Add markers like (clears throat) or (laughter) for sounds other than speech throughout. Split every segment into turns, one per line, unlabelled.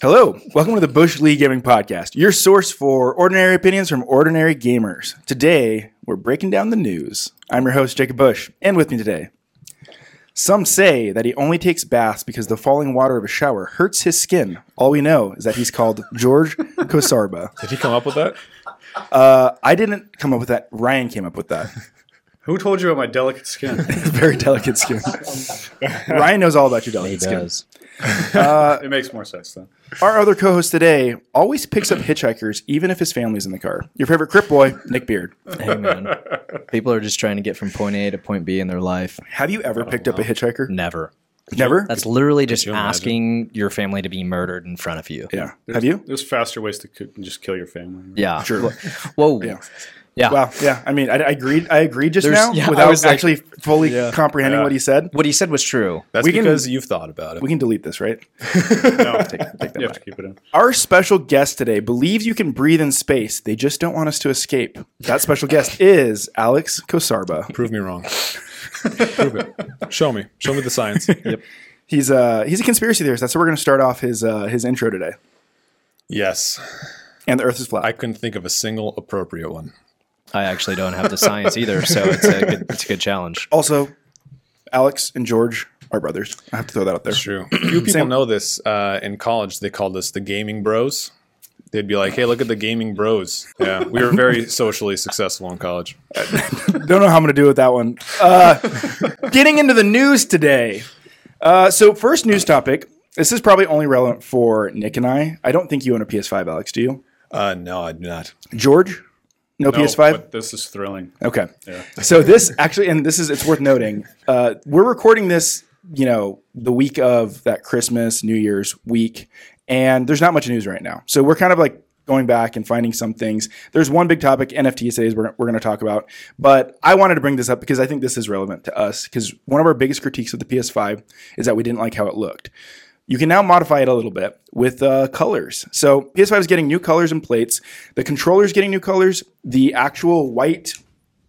Hello, welcome to the Bush League Gaming Podcast, your source for ordinary opinions from ordinary gamers. Today, we're breaking down the news. I'm your host, Jacob Bush, and with me today, some say that he only takes baths because the falling water of a shower hurts his skin. All we know is that he's called
(laughs)
George Kosarba.
Did he come up with that?
I didn't come up with that. Ryan came up with that.
(laughs) Who told you about my delicate skin?
Very delicate skin. Ryan knows all about your delicate
He
skin.
does.
it makes more sense then.
Our other co-host today always picks up hitchhikers, even if his family's in the car. Your favorite Crip boy, Nick Beard.
Hey man, people are just trying to get from point A to point B in their life.
Have you ever picked up a hitchhiker?
Never.
Never.
That's literally just
imagine?
asking your family to be murdered in front of you.
yeah. Have you?
There's faster ways to c- just kill your family.
Yeah.
Sure.
Whoa.
Yeah.
Yeah.
Wow. Yeah. I mean, I, I agreed. I agreed just
There's-
now
yeah, I
without
was like-
actually fully comprehending what he said.
What he said was true.
That's
We can-
because you've thought about it.
We can delete this, right?
No, you have to keep it in.
Our special guest today believes you can breathe in space. They just don't want us to escape. That special
(laughs)
guest is Alex Kosarba.
Prove me wrong. Prove it. Show me. Show me the science. Yep.
He's a he's a conspiracy theorist. That's where we're going to start off his uh, his intro today.
Yes.
And the Earth is flat.
I couldn't think of a single appropriate one.
I actually don't have the science either, so it's a good, it's a good challenge.
Also, Alex and George are brothers. I have to throw that out there.
True. (clears throat) Few people know this. Uh, in college, they called us the gaming bros. They'd be like, "Hey, look at the gaming bros." Yeah, we were very socially successful in college.
Don't know how I'm going to do with that one. Uh, getting into the news today. Uh, so, first news topic. This is probably only relevant for Nick and I. I don't think you own a PS5, Alex. Do you,
Uh, no, I do not.
George? No,
No,
PS5.
but this is thrilling.
Okay. So this actually, and this is it's worth noting. Uh, we're recording this, you know, the week of that Christmas New Year's week, and there's not much news right now. So we're kind of like going back and finding some things. There's one big topic NFTs days we're we're going to talk about, but I wanted to bring this up because I think this is relevant to us because one of our biggest critiques of the PS5 is that we didn't like how it looked. You can now modify it a little bit with uh, colors. So PS5 is getting new colors and plates. The controller's getting new colors. The actual white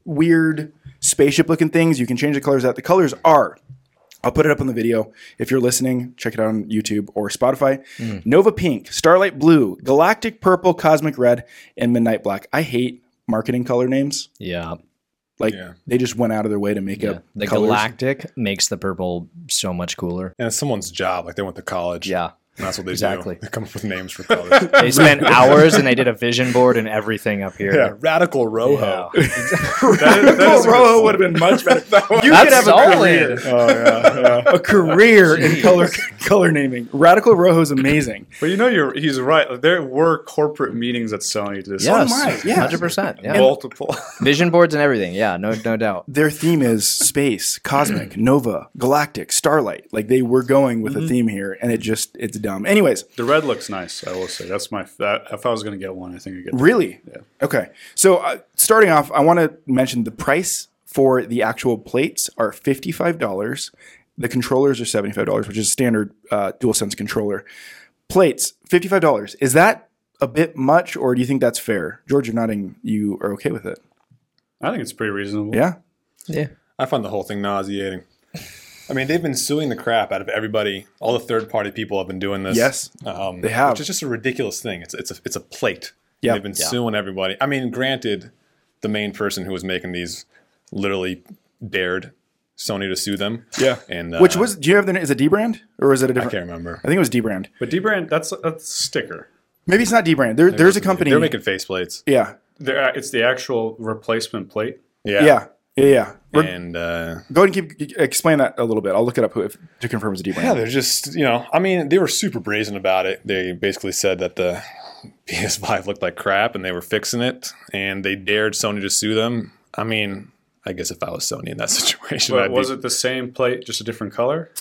weird spaceship looking things. You can change the colors out. The colors are. I'll put it up on the video. If you're listening, check it out on YouTube or Spotify.
Mm.
Nova Pink, Starlight Blue, Galactic Purple, Cosmic Red, and Midnight Black. I hate marketing color names.
Yeah.
Like
Yeah.
they just went out of their way to make
yeah.
up
The
colors.
galactic makes the purple so much cooler.
And it's someone's job. Like they went to college.
Yeah.
And that's what they
Exactly.
do. They come up with names for colors.
They spent hours and they did a vision board and everything up here.
yeah, radical rojo.
Yeah.
Purple Rojo would have been much
(laughs)
better. you
That's
could have a
solid.
career, a career in color (laughs) color naming. Radical Rojo is amazing.
But you know, you're he's right. Like, There were corporate meetings at Sony to this. Oh
am I,
Yes.
yeah.
Hundred percent. Yeah.
Multiple. (laughs)
Vision boards and everything. Yeah. No. No doubt.
their theme is space,
(clears throat)
cosmic, nova, galactic, starlight. Like they were going
Mm-hmm.
with a theme here, and it just it's dumb. Anyways,
the red looks nice. I will say that's my. That, if I was going to get one, I think I get.
really, okay. So uh, starting off, I want to mention the price for the actual plates are fifty five dollars. The controllers are seventy five dollars, which is a standard uh, DualSense controller. Plates fifty five dollars. Is that a bit much, or do you think that's fair? George, you're nodding. You are okay with it?
I think it's pretty reasonable.
Yeah.
Yeah.
I find the whole thing nauseating. I mean, they've been suing the crap out of everybody. All the third-party people have been doing this.
Yes,
um,
they have.
which is just a ridiculous thing. It's it's a it's a plate.
Yeah.
they've been suing everybody. I mean, granted, the main person who was making these literally dared Sony to sue them.
Yeah.
and uh,
Which was? Do you have the? Is it D brand or was it a
I
different?
can't remember.
I think it was D brand.
But Dbrand, that's that's a sticker.
Maybe it's not Dbrand. There, there's a company.
They're making face plates.
yeah,
There, it's the actual replacement plate.
Yeah,
yeah, yeah, yeah. We're-
and. Uh,
Go ahead and keep explain that a little bit. I'll look it up who, if, to confirm it's a
Yeah,
Dbrand.
they're just you know, I mean, they were super brazen about it. They basically said that the (laughs) PS5 looked like crap and they were fixing it, and they dared Sony to sue them. I mean, I guess if I was Sony in that (laughs) situation,
But
I'd
was
be,
it the same plate, just a different color?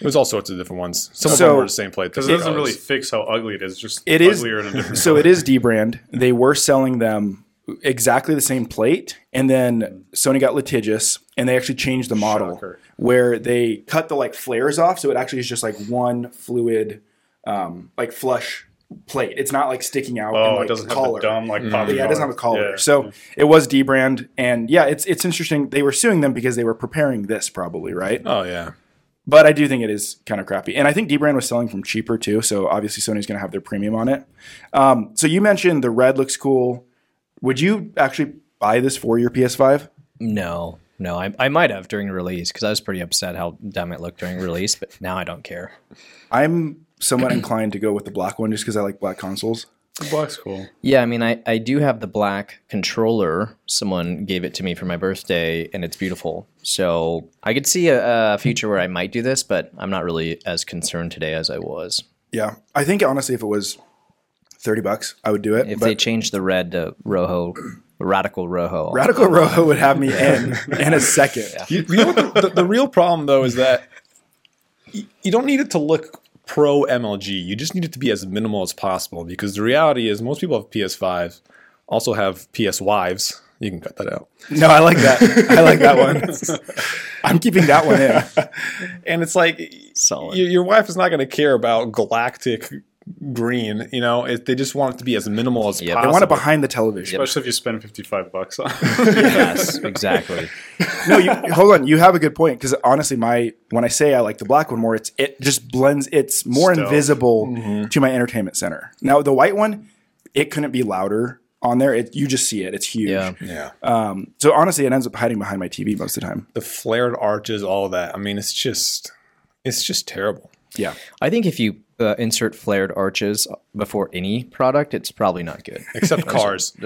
it was all sorts of different ones. Some of
So-
them were the same plate.
Because it
different
doesn't really
colors.
fix how ugly it is. Just
It is-
uglier in
(laughs)
a different.
So it is Dbrand. They were selling them exactly the same plate, and then Sony got litigious, and they actually changed the model
Shocker.
where they cut the like flares off, so it actually is just like one fluid, um, like flush plate. It's not like sticking out. and,
Oh,
like,
it doesn't have
collar.
the dumb like pop.
Yeah, it doesn't have a collar.
Yeah.
So it was Dbrand, and yeah, it's it's interesting. They were suing them because they were preparing this, probably right.
Oh yeah,
But I do think it is kind of crappy. And I think Dbrand was selling from cheaper too. So obviously Sony's going to have their premium on it. Um, so you mentioned the red looks cool. Would you actually buy this for your PS5?
No, no, I, I might have during release because I was pretty upset how dumb it looked during release, but now I don't care.
I'm somewhat inclined to go with the black one just because I like black consoles.
The black's cool.
Yeah, I mean, I, I do have the black controller. Someone gave it to me for my birthday, and it's beautiful. So I could see a, a future where I might do this, but I'm not really as concerned today as I was.
Yeah. I think honestly, if it was 30 bucks, I would do it.
If
but
they change the red to rojo,
(laughs)
radical rojo,
Radical Rojo would have me in in a second.
You, you know what the, the, the real problem though is that you, you don't need it to look pro MLG. You just need it to be as minimal as possible because the reality is most people have PS5, also have PS wives. You can cut that out.
No, I like that. I like that one. I'm keeping that one in.
And it's like y-
solid.
your wife is not going to care about galactic green. You know, it, they just want it to be as minimal as
Yeah, they
possible.
I want it behind the television.
Especially if you spend 55 bucks on
yes, exactly.
no, you, hold on. You have a good point because honestly, my when I say I like the black one more, it's it just blends. It's more
Stealth.
invisible
Mm-hmm.
to my entertainment center. Now the white one, it couldn't be louder on there. It, you just see it. It's huge.
Yeah.
yeah.
Um, so honestly, it ends up hiding behind my TV most of the time.
the flared arches, all that. I mean, it's just, it's just terrible.
(laughs)
Yeah.
I think if you uh, insert flared arches before any product, it's probably not good.
Except cars,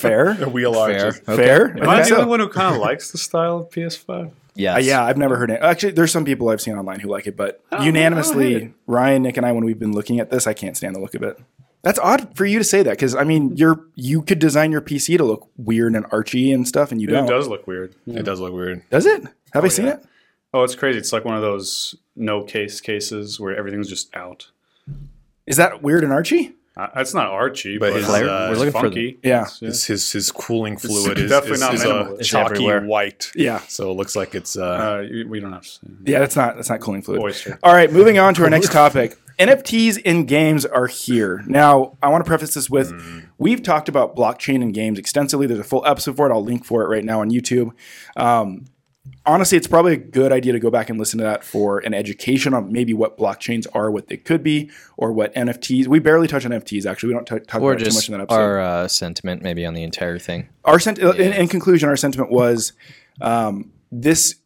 Fair.
the wheel arches.
Fair.
Am I
Okay.
the only one who kind of likes the style of PS5?
Yes.
Uh, yeah, I've never heard it. Actually, there's some people I've seen online who like it, but
Oh,
unanimously, Ryan, Nick, and I, when we've been looking at this, I can't stand the look of it. That's odd for you to say that because I mean, you're you could design your PC to look weird and archy and stuff, and you don't.
It does look weird.
It does look weird.
Does it? Have I seen
yeah.
it?
Oh, it's crazy. It's like one of those no case cases where everything's just out.
Is that weird and archy?
Uh, It's not Archie,
But
but,
his,
it's, uh,
Flare? We're
it's
looking for
funky.
Yeah.
His his, his cooling fluid is
definitely
is,
not
is a
minimal.
It's
chalky
everywhere.
white.
Yeah.
So it looks like it's. Uh,
Uh, you- we don't have to say it.
Yeah, that's not that's not cooling fluid.
Oyster.
All right, moving on to our next topic. (laughs) NFTs in games are here. Now, I want to preface this with
Mm.
we've talked about blockchain in games extensively. There's a full episode for it. I'll link for it right now on YouTube. Um, honestly, it's probably a good idea to go back and listen to that for an education on maybe what blockchains are, what they could be, or what NFTs. We barely touch on NFTs, actually. We don't t- talk
Or
about it too much
just
in that episode
our uh, sentiment, maybe on the entire thing.
our sent- in, in conclusion, our sentiment was um, this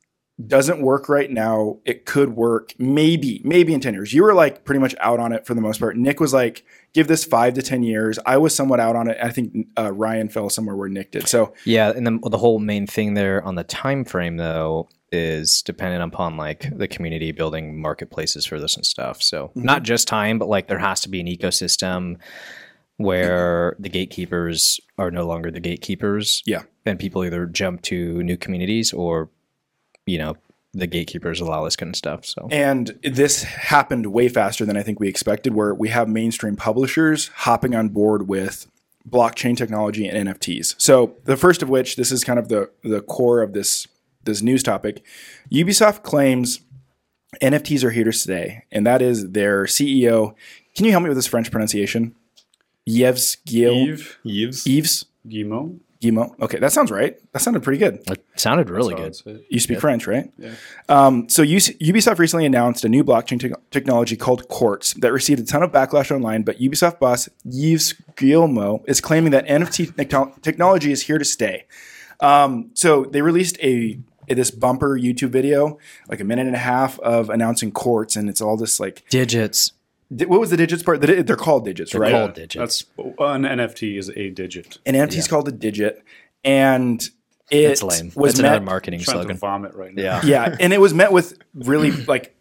doesn't work right now. It could work maybe, maybe in 10 years. You were like pretty much out on it for the most part. Nick was like, give this five to 10 years. I was somewhat out on it. I think uh, Ryan fell somewhere where Nick did. So
Yeah, and the, the whole main thing there on the time frame though is dependent upon like the community building marketplaces for this and stuff. So
Mm-hmm.
not just time, but like there has to be an ecosystem where the gatekeepers are no longer the gatekeepers.
Yeah.
and people either jump to new communities or, you know, the gatekeepers allow this kind of stuff. So
And this happened way faster than I think we expected, where we have mainstream publishers hopping on board with blockchain technology and NFTs. So the first of which, this is kind of the the core of this this news topic. Ubisoft claims NFTs are here to stay, and that is their CEO. Can you help me with this French pronunciation? Yves Guillaume.
Eve,
Yves.
Yves
Guillemot.
Guillemot. Okay, that sounds right. That sounded pretty good.
it sounded really
I
good.
would say.
You speak French, right?
Yeah.
Um, so Us- Ubisoft recently announced a new blockchain te- technology called Quartz that received a ton of backlash online, but Ubisoft boss Yves Guillemot is claiming that NFT tecno- technology is here to stay. Um, so they released a, a- this bumper YouTube video, like a minute and a half of announcing Quartz, and it's all this like,
Digits.
di- what was the digits part? The di- they're called digits, right?
called- All
That's an NFT is a digit.
An NFT is called a digit, and it
That's lame.
was
That's
met-
another marketing
I'm trying to
slogan.
vomit
(laughs)
right now.
Yeah. (laughs)
yeah, and it was met with really like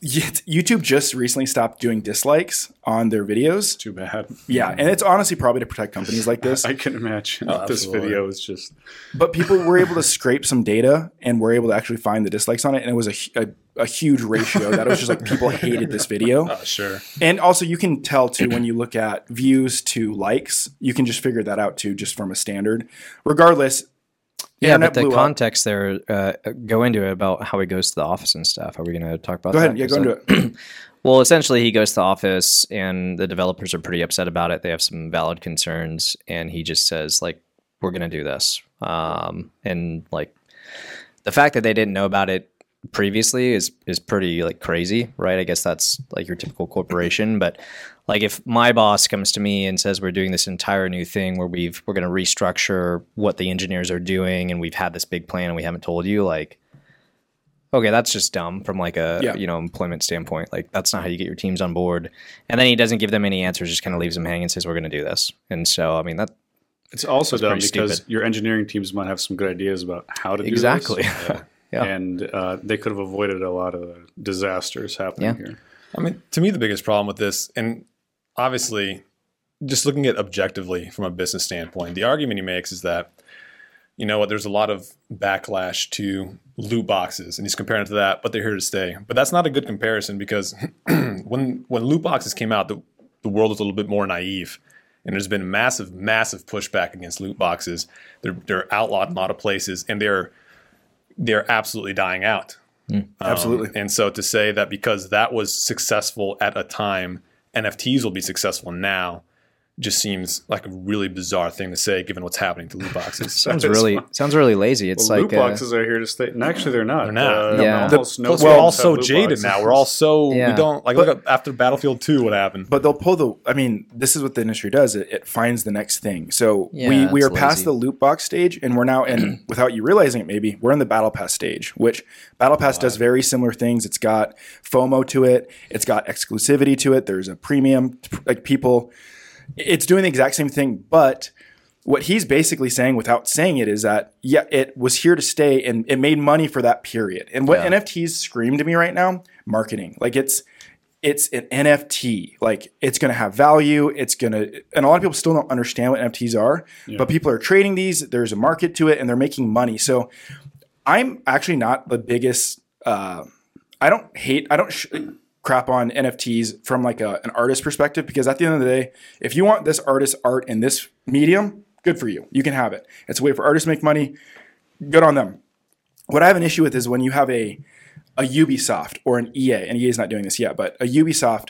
yet- YouTube just recently stopped doing dislikes on their videos.
Too bad. (laughs)
Yeah, and it's honestly probably to protect companies like this.
I can imagine this
absolutely.
video is just
But people were able to scrape some data and were able to actually find the dislikes on it, and it was a hu- a, a huge ratio that it was just like people hated this video.
Sure.
And also, you can tell too when you look at views to likes, you can just figure that out too, just from a standard. Regardless,
Yeah,
Internet
but the
blew up.
context there, uh, go into it about how he goes to the office and stuff. Are we going to talk about
Go
that?
ahead, yeah, go into it.
Well, essentially, he goes to the office, and the developers are pretty upset about it. They have some valid concerns, and he just says, like, we're going to do this. Um, and, like, the fact that they didn't know about it previously is is pretty like crazy, right? I guess that's like your typical corporation, but like if my boss comes to me and says we're doing this entire new thing where we've we're going to restructure what the engineers are doing and we've had this big plan and we haven't told you like okay, that's just dumb from like a
Yeah.
you know employment standpoint. Like that's not how you get your teams on board. And then he doesn't give them any answers, just kind of leaves them hanging and says we're going to do this. And so I mean that
It's also dumb
pretty
because
stupid.
your engineering teams might have some good ideas about how to do this.
exactly.
(laughs)
Yeah.
And uh, they could have avoided a lot of the disasters happening
Yeah.
here.
I mean, to me, the biggest problem with this, and obviously, just looking at it objectively from a business standpoint, the argument he makes is that, you know what, there's a lot of backlash to loot boxes, and he's comparing it to that, but they're here to stay. But that's not a good comparison because (clears throat) when when loot boxes came out, the, the world was a little bit more naive. And there's been massive, massive pushback against loot boxes. They're, they're outlawed in a lot of places, and they're they're absolutely dying out. Um,
Absolutely.
And so to say that because that was successful at a time, NFTs will be successful now just seems like a really bizarre thing to say given what's happening to
(laughs)
loot boxes.
sounds really sounds really lazy. It's
Well,
like
loot
uh,
boxes are here to stay. And actually, they're not.
They're not.
Uh,
Yeah.
Almost no
Plus,
games
we're all
have
so
loot
jaded
boxes.
now. We're all so
Yeah.
we don't like look up after Battlefield 2 what
Mm-hmm.
happened.
But they'll pull the. I mean, this is what the industry does. It, it finds the next thing. So we
Yeah,
we
it's
are past
lazy.
the loot box stage, and we're now in
(clears throat)
without you realizing it. Maybe we're in the battle pass stage, which battle pass does very similar things. It's got FOMO to it. It's got exclusivity to it. There's a premium like people. It's doing the exact same thing, but what he's basically saying without saying it is that yeah it was here to stay and it made money for that period and what nfts scream to me right now marketing like it's it's an nft like it's going to have value it's going to and a lot of people still don't understand what nfts are but people are trading these there's a market to it and they're making money so i'm actually not the biggest uh, i don't hate i don't sh- crap on nfts from like a, an artist perspective because at the end of the day if you want this artist's art in this medium good for you you can have it it's a way for artists to make money good on them what i have an issue with is when you have a a Ubisoft or an EA, and EA is not doing this yet, but a Ubisoft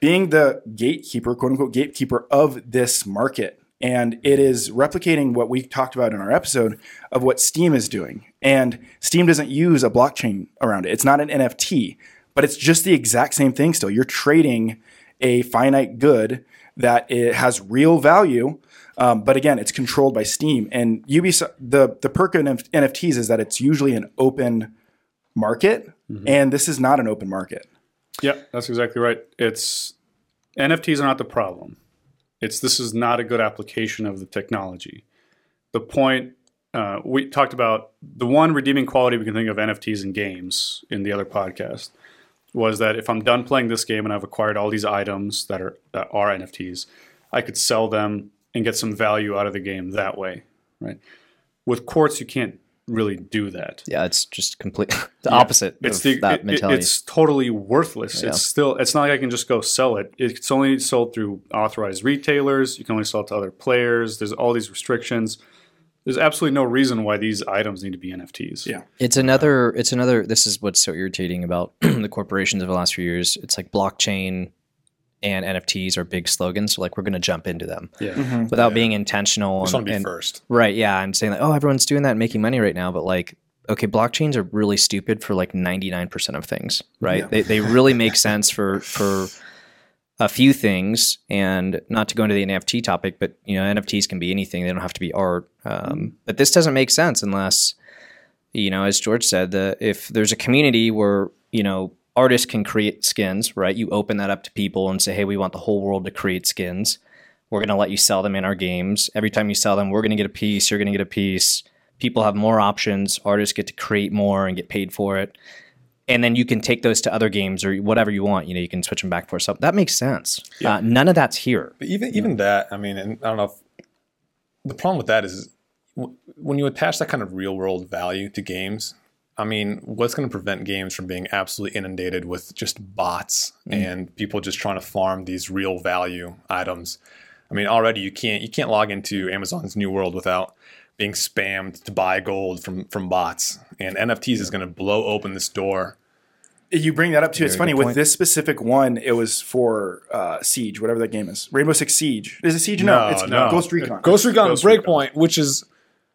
being the gatekeeper, quote unquote gatekeeper of this market. And it is replicating what we talked about in our episode of what Steam is doing. And Steam doesn't use a blockchain around it. It's not an NFT, but it's just the exact same thing still. You're trading a finite good that it has real value, um, but again, it's controlled by Steam. And Ubisoft, the, the perk of NF- NFTs is that it's usually an open market
Mm-hmm.
and this is not an open market
Yeah, that's exactly right. It's NFTs are not the problem. It's this is not a good application of the technology. The point uh, we talked about the one redeeming quality we can think of NFTs in games in the other podcast was that if I'm done playing this game and I've acquired all these items that are that are NFTs, I could sell them and get some value out of the game that way, right? With quartz, you can't really do that.
yeah, it's just complete (laughs) the opposite
It's
of
the
that
it- it-
mentality.
it's totally worthless. It's still it's not like I can just go sell it. It's only sold through authorized retailers. You can only sell it to other players. There's all these restrictions. There's absolutely no reason why these items need to be NFTs.
Yeah.
It's another. It's another. This is what's so irritating about (clears throat) the corporations of the last few years. It's like blockchain and NFTs are big slogans. So like we're going to jump into them
Yeah.
Mm-hmm.
without being intentional.
Just
and-
want to be
and-
first.
Right. Yeah. And saying like, oh, everyone's doing that and making money right now. But like, okay, blockchains are really stupid for like 99% of things, right? They, they really make sense for, for a few things and not to go into the NFT topic, but you know, NFTs can be anything. They don't have to be art. Um, but this doesn't make sense unless, you know, as George said, the, if there's a community where, you know, artists can create skins, right? You open that up to people and say, hey, we want the whole world to create skins. We're going to let you sell them in our games. Every time you sell them, we're going to get a piece. You're going to get a piece. People have more options. Artists get to create more and get paid for it. And then you can take those to other games or whatever you want. You know, you can switch them back for something. That makes sense. Uh, none of that's here.
But even even that, I mean, and I don't know. If, the problem with that is w- when you attach that kind of real world value to games. I mean, what's going to prevent games from being absolutely inundated with just bots and people just trying to farm these real value items? I mean, already you can't you can't log into Amazon's New World without being spammed to buy gold from from bots. And NFTs is going to blow open this door.
you bring that up too it's funny
good
with
point.
this specific one it was for uh, siege whatever that game is rainbow six siege is it siege no,
No,
it's
no.
ghost recon
Ghost Recon
Ghost
Breakpoint, which is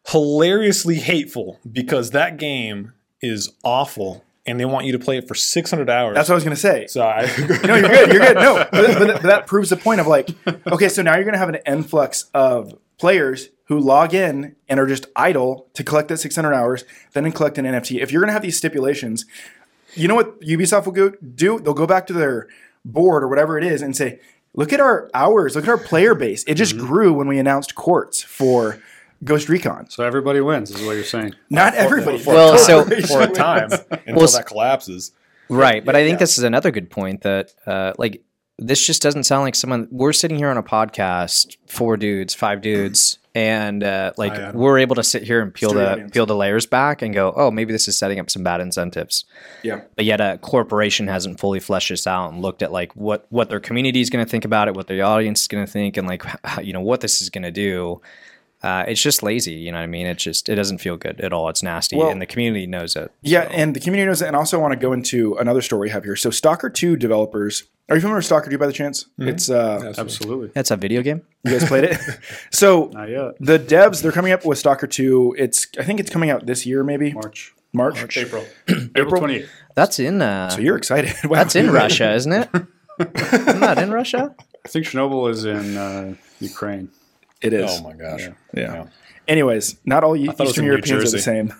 hilariously hateful because that game is awful and they want you to play it for 600 hours.
That's what I was gonna say.
so I,
(laughs)
(laughs)
No, you're good. You're good.
(laughs)
No, but, but- but that proves the point of like, okay, so now you're going to have an influx of players who log in and are just idle to collect that 600 hours, then collect an NFT. If you're going to have these stipulations, you know what Ubisoft will go do? They'll go back to their board or whatever it is and say, look at our hours, look at our player base. It
Mm-hmm.
just grew when we announced courts for Ghost Recon.
So everybody wins, is what you're saying.
Not everybody. (laughs)
Well, so
for a (laughs) time until
Well, s-
that collapses.
right, but I think this is another good point that uh, like this just doesn't sound like someone. We're sitting here on a podcast, four dudes, five (clears throat) dudes, and uh, like
Hi, Adam.
we're able to sit here and peel
It's three
the
onions.
peel the layers back and go, oh, maybe this is setting up some bad incentives.
yeah.
but yet a corporation hasn't fully fleshed this out and looked at like what what their community is going to think about it, what their audience is going to think, and like how, you know what this is going to do. Uh, it's just lazy, you know what I mean? It just it doesn't feel good at all. It's nasty,
Well-
and the community knows it.
Yeah, and the community knows that. And also, I want to go into another story we have here. So, Stalker 2 developers. Are you familiar with Stalker 2 by the chance? It's uh,
Absolutely.
That's a video game.
You guys played it? (laughs) so
Not yet.
the devs they're coming up with Stalker 2. It's I think it's coming out this year maybe.
March.
March.
April. (clears throat) April 28th.
That's in uh,
So you're excited. (laughs) Wow.
that's in Russia,
(laughs)
isn't it? I'm not in Russia.
I think Chernobyl is in uh, Ukraine.
It is.
Oh my gosh.
yeah.
Yeah.
Anyways, not all E-
thought it was
Eastern
in New
Europeans are the
(laughs)
same.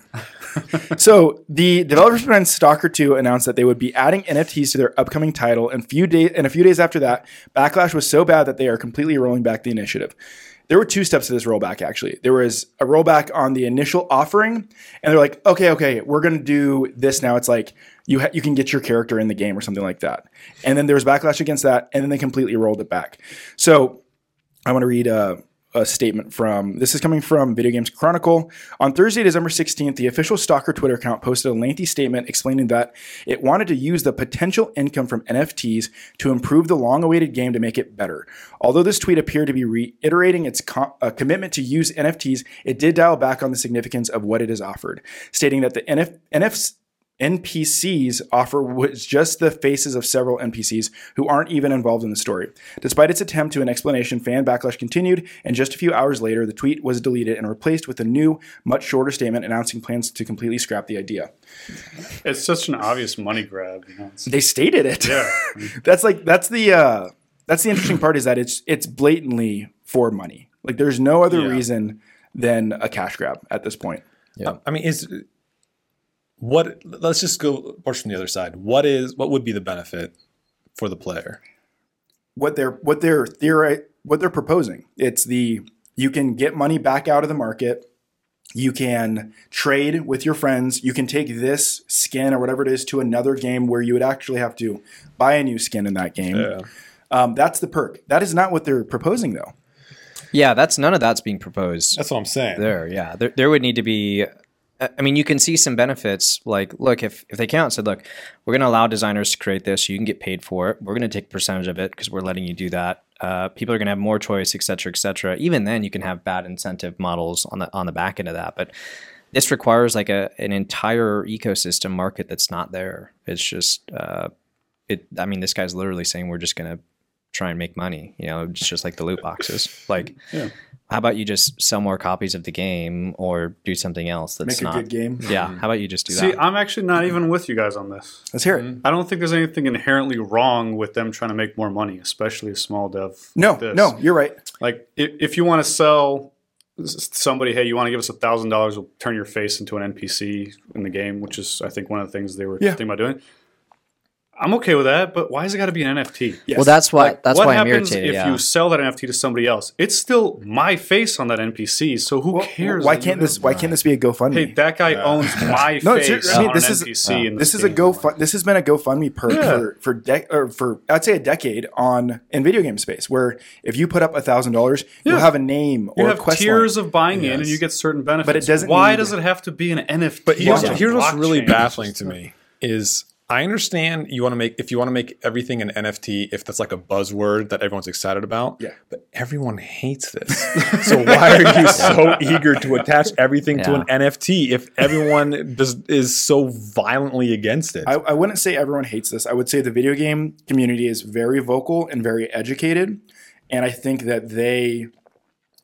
so the developers behind Stalker 2 announced that they would be adding NFTs to their upcoming title, and few days and a few days after that, backlash was so bad that they are completely rolling back the initiative. There were two steps to this rollback, actually. There was a rollback on the initial offering, and they're like, "Okay, okay, we're going to do this now." It's like you ha- you can get your character in the game or something like that. And then there was backlash against that, and then they completely rolled it back. So I want to read a, a statement from this is coming from Video Games Chronicle. On Thursday, December 16th, the official Stalker Twitter account posted a lengthy statement explaining that it wanted to use the potential income from NFTs to improve the long awaited game to make it better. Although this tweet appeared to be reiterating its co- uh, commitment to use NFTs, it did dial back on the significance of what it has offered, stating that the NF- NFTs. NPCs offer was just the faces of several NPCs who aren't even involved in the story. Despite its attempt to an explanation, fan backlash continued, and just a few hours later, the tweet was deleted and replaced with a new, much shorter statement announcing plans to completely scrap the idea.
It's such an obvious money grab. You know? It's-
They stated it.
yeah.
(laughs) that's like that's the uh, that's the interesting part is that it's it's blatantly for money. Like there's no other
Yeah.
reason than a cash grab at this point.
I mean, is what? Let's just go approach from the other side. What is? What would be the benefit for the player?
what they're what they're theori- what they're proposing. It's the you can get money back out of the market. You can trade with your friends. You can take this skin or whatever it is to another game where you would actually have to buy a new skin in that game. Um, that's the perk. That is not what they're proposing though.
Yeah, that's none of that's being proposed.
That's what I'm saying.
there yeah there, there would need to be i I mean you can see some benefits like look if if they came out and said look we're going to allow designers to create this you can get paid for it we're going to take a percentage of it because we're letting you do that uh, people are going to have more choice et cetera et cetera even then you can have bad incentive models on the on the back end of that but this requires like a an entire ecosystem market that's not there it's just uh, it i mean this guy's literally saying we're just going to try and make money you know it's just like the
(laughs)
loot boxes like how about you just sell more copies of the game or do something else
Make
that's
a
not
good game.
Hmm.
yeah how about you just do
See,
that
I'm actually not even with you guys on this.
Let's hear it.
I don't think there's anything inherently wrong with them trying to make more money, especially a small dev.
No,
like this.
no, you're right.
Like if, if you want to sell s- somebody, hey, you want to give us a thousand dollars, we'll turn your face into an NPC in the game, which is I think one of the things they were
Yeah.
thinking about doing. I'm okay with that, but why has it got to be an NFT?
Yes.
well that's why that's
what
why i'm
happens
irritated
if
yeah
you sell that NFT to somebody else? It's still my face on that NPC. So who cares?
Why
that
can't
you-
this? Why can't this be a GoFundMe?
Hey, that
(laughs)
guy owns my
No,
face
seriously, I mean,
on
this
an
is- uh,
NPC. in
this is a
game.
GoFund. This has been a GoFundMe perk
Yeah.
for for dec or for I'd say a decade on in video game space, where if you put up a thousand dollars, you'll
Yeah.
have a name or
You
a
have
quest
tiers of buying in, and
Yes.
you get certain benefits.
But it doesn't
Why
mean-
does it have to be an NFT?
But here's,
Yeah.
here's what's really
Blockchain.
baffling to me is I understand you want to make if you want to make everything an NFT if that's like a buzzword that everyone's excited about.
Yeah.
But everyone hates this. (laughs) so why are you so eager to attach everything to
Yeah.
an NFT if everyone does, is so violently against it?
I, I wouldn't say everyone hates this. I would say the video game community is very vocal and very educated, and I think that they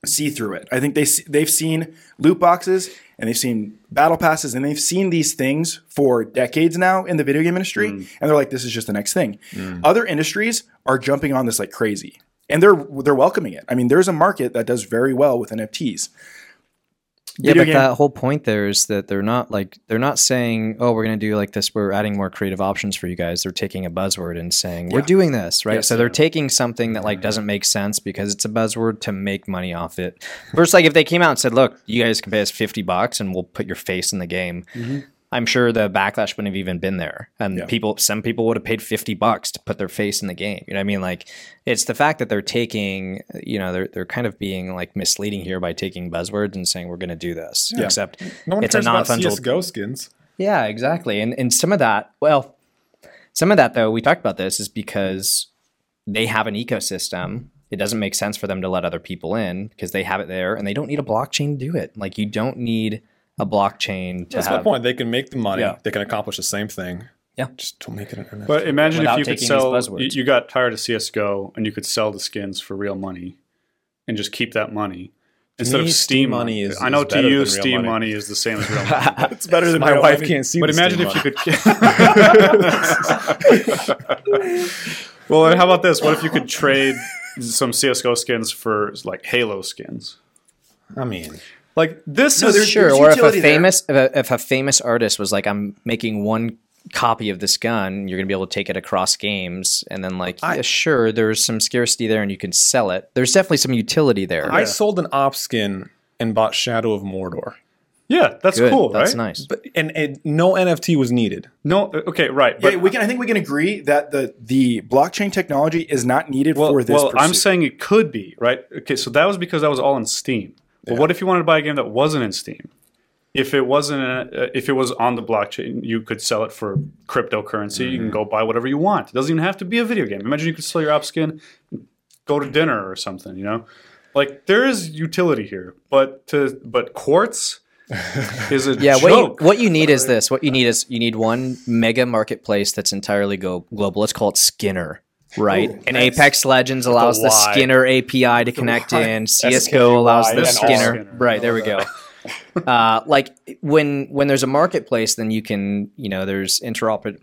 see through it. I think they see, they've seen loot boxes and they've seen battle passes and they've seen these things for decades now in the video game industry
Mm.
and they're like this is just the next thing. Other industries are jumping on this like crazy and they're they're welcoming it. I mean, there's a market that does very well with NFTs.
Yeah,
Video
but
game-
that whole point there is that they're not like they're not saying, "Oh, we're going to do like this. We're adding more creative options for you guys." They're taking a buzzword and saying, "We're doing this," right? so they're taking something that like doesn't make sense because it's a buzzword to make money off it. Versus like if they came out and said, "Look, you guys can pay us 50 bucks and we'll put your face in the game."
Mm-hmm.
I'm sure the backlash wouldn't have even been there. And people, some people would have paid 50 bucks to put their face in the game. You know what I mean? Like it's the fact that they're taking, you know, they're, they're kind of being like misleading here by taking buzzwords and saying, we're going to do this, except
No one
it's a
cares about
non-fungible.
CSGO skins.
Yeah, exactly. And, and some of that, well, some of that though, we talked about this is because they have an ecosystem. It doesn't make sense for them to let other people in because they have it there and they don't need a blockchain to do it. Like you don't need a blockchain to
That's
have
my point. They can make the money.
Yeah.
They can accomplish the same thing.
Yeah.
Just don't make it an NFT.
But imagine
Without
if you could
taking these
sell, you,
buzzwords.
you got tired of CSGO and you could sell the skins for real money and just keep that money instead
me,
of
Steam
Steam
money
money.
is-
I know
is
to
better
you,
than real
Steam
money.
money. is the same as real money. but-
(laughs)
it's (laughs) better than
My
my wife
wife-
can't see.
but
the
imagine
Steam
if
money.
you could. (laughs)
(laughs)
well, and how about this? What if you could trade some CSGO skins for like Halo skins?
I mean,
Like this
No,
is
there's-
sure or if a
utility there.
famous if a, if a famous artist was like i'm making one copy of this gun you're going to be able to take it across games and then like yeah, sure there's some scarcity there and you can sell it there's definitely some utility there
I sold an op skin and bought Shadow of Mordor,
yeah, that's
Good.
cool,
that's
right?
nice
but and it, no NFT was needed.
No, uh, okay, right. But
yeah, we can. I think we can agree that the the blockchain technology is not needed for this.
well, I'm
pursuit.
saying it could be right. Okay, so that was because that was all in Steam. But what if you wanted to buy a game that wasn't in Steam? If it wasn't, uh, if it was on the blockchain, you could sell it for cryptocurrency. You
Mm-hmm.
can go buy whatever you want. It doesn't even have to be a video game. Imagine you could sell your op skin, go to dinner or something. You know, like there is utility here, but to
(laughs)
but quartz is a
yeah what
joke.
you, what you need is this what you need is you need one mega marketplace that's entirely go global let's call it skinner right and apex legends allows the
Y.
skinner api to connect in csgo allows the
and all
skinner
Skinner.
right there we
(laughs)
go uh, like when when there's a marketplace then you can you know there's interoper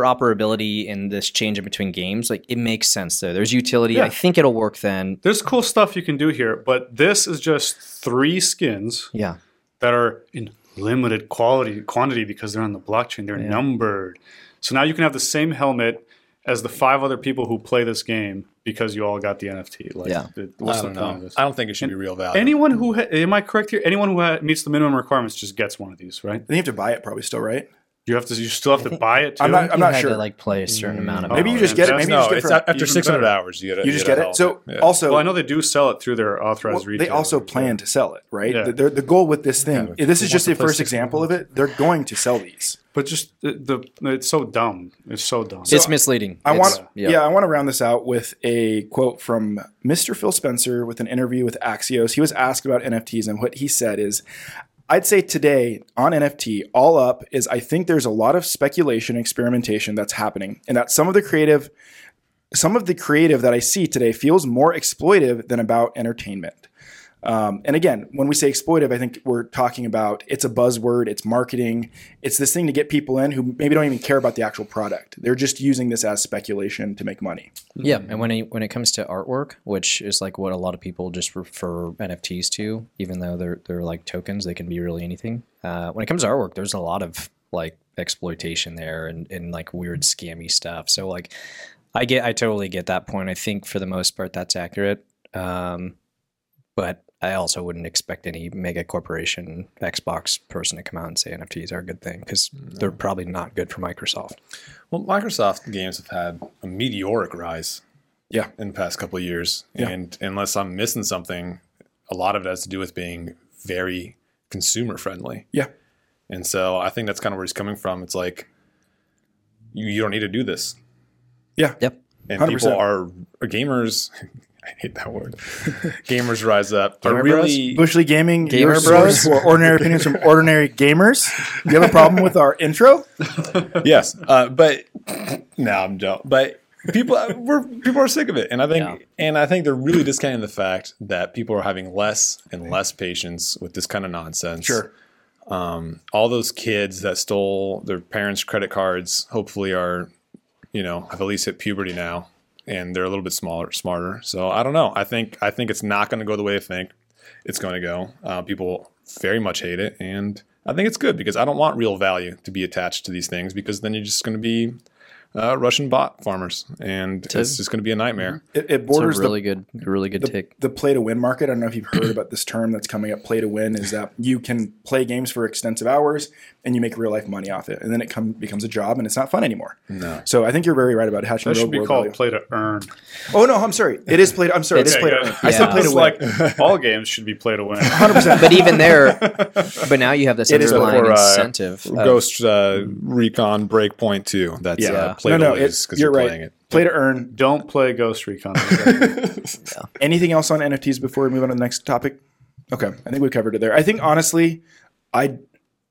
interoperability in this change in between games like it makes sense there there's utility i
Yeah.
think it'll work then
There's cool stuff you can do here, but this is just three skins.
yeah
that are in limited quality quantity because they're on the blockchain. They're numbered. So now you can have the same helmet as the five other people who play this game because you all got the NFT. Like,
Yeah.
th- what's
I
the
don't
point
know.
of this?
I don't think it should be real value.
Anyone who ha- am I correct here? Anyone who ha- meets the minimum requirements just gets one of these, right?
Then you have to buy it, probably still, right?
You have to. You still have to buy it. Too?
I'm not. I'm
You
not
had
sure.
to like play a certain amount of
maybe you
hours.
just get it.
that's-
Maybe you
Oh,
just
no,
get it
it's
for,
a- after
even
600
better.
hours. You get it.
you just get it. So
yeah.
also,
well, I know they do sell it through their authorized
well,
retail.
they also plan to sell it, right? The, the, the goal with this thing. this is just the first example of it. They're going to sell these.
but just the, the it's so dumb. It's so dumb.
it's misleading
I
It's- uh,
want, yeah. I want to round this out with a quote from Mr. Phil Spencer with an interview with Axios. He was asked about NFTs, and what he said is, "I'd say today on NFT, all up is I think there's a lot of speculation and experimentation that's happening, and that some of the creative, some of the creative that I see today feels more exploitive than about entertainment." Um, and again, when we say exploitive, I think we're talking about it's a buzzword, it's marketing, it's this thing to get people in who maybe don't even care about the actual product. They're just using this as speculation to make money.
Yeah, and when it, when it comes to artwork, which is like what a lot of people just refer NFTs to, even though they're they're like tokens, they can be really anything. Uh, when it comes to artwork, there's a lot of like exploitation there and and like weird scammy stuff. So like, I get I totally get that point. I think for the most part that's accurate. Um, but I also wouldn't expect any mega corporation Xbox person to come out and say NFTs are a good thing because they're probably not good for Microsoft.
Well, Microsoft games have had a meteoric rise.
Yeah.
In the past couple of years, and unless I'm missing something, a lot of it has to do with being very consumer friendly.
Yeah.
And so I think that's kind of where he's coming from. It's like you, you don't need to do this.
Yeah.
Yep.
And
100%.
people are, are gamers. (laughs) I hate that word. gamers rise up. Are
Gamer bros?
really
Bushly Gaming,
Gamer
your source
Bros.
for ordinary opinions from ordinary gamers. You have a problem with our intro?
yes. Uh, but no, I'm joking. But people uh, we're people are sick of it, and I think and I think they're really discounting the fact that people are having less and less patience with this kind of nonsense.
Sure.
um, all those kids that stole their parents' credit cards hopefully are, you know, have at least hit puberty now and they're a little bit smaller, smarter. So I don't know. I think I think it's not going to go the way I think it's going to go. Uh, people very much hate it, and I think it's good because I don't want real value to be attached to these things because then you're just going to be uh, Russian bot farmers, and it's just going to be a nightmare.
It, it
It's a
borders the
really good, really good take.
the play to win market. I don't know if you've heard about this term that's coming up. Play to win is that you can play games for extensive hours and you make real life money off it, and then it come, becomes a job and it's not fun anymore.
No.
So I think you're very right about hatching
That
real
should be
world
called
value.
play to earn.
Oh no, I'm sorry. It is play. To, I'm sorry. it is
Okay,
play to
yeah.
win. I said
Yeah.
play to
It's
win. (laughs)
like all games should be play to win.
but even there, but now you have this
It is
underlying
for, uh,
incentive. of-
Ghost uh, Recon Breakpoint Two. That's
Mm-hmm. Yeah.
uh, play
no,
to
no,
lose
it,
'cause
you're
you're
right.
playing it.
Play to earn.
Don't play Ghost Recon.
Anything else on NFTs before we move on to the next topic? Okay, I think we covered it there. I think honestly, I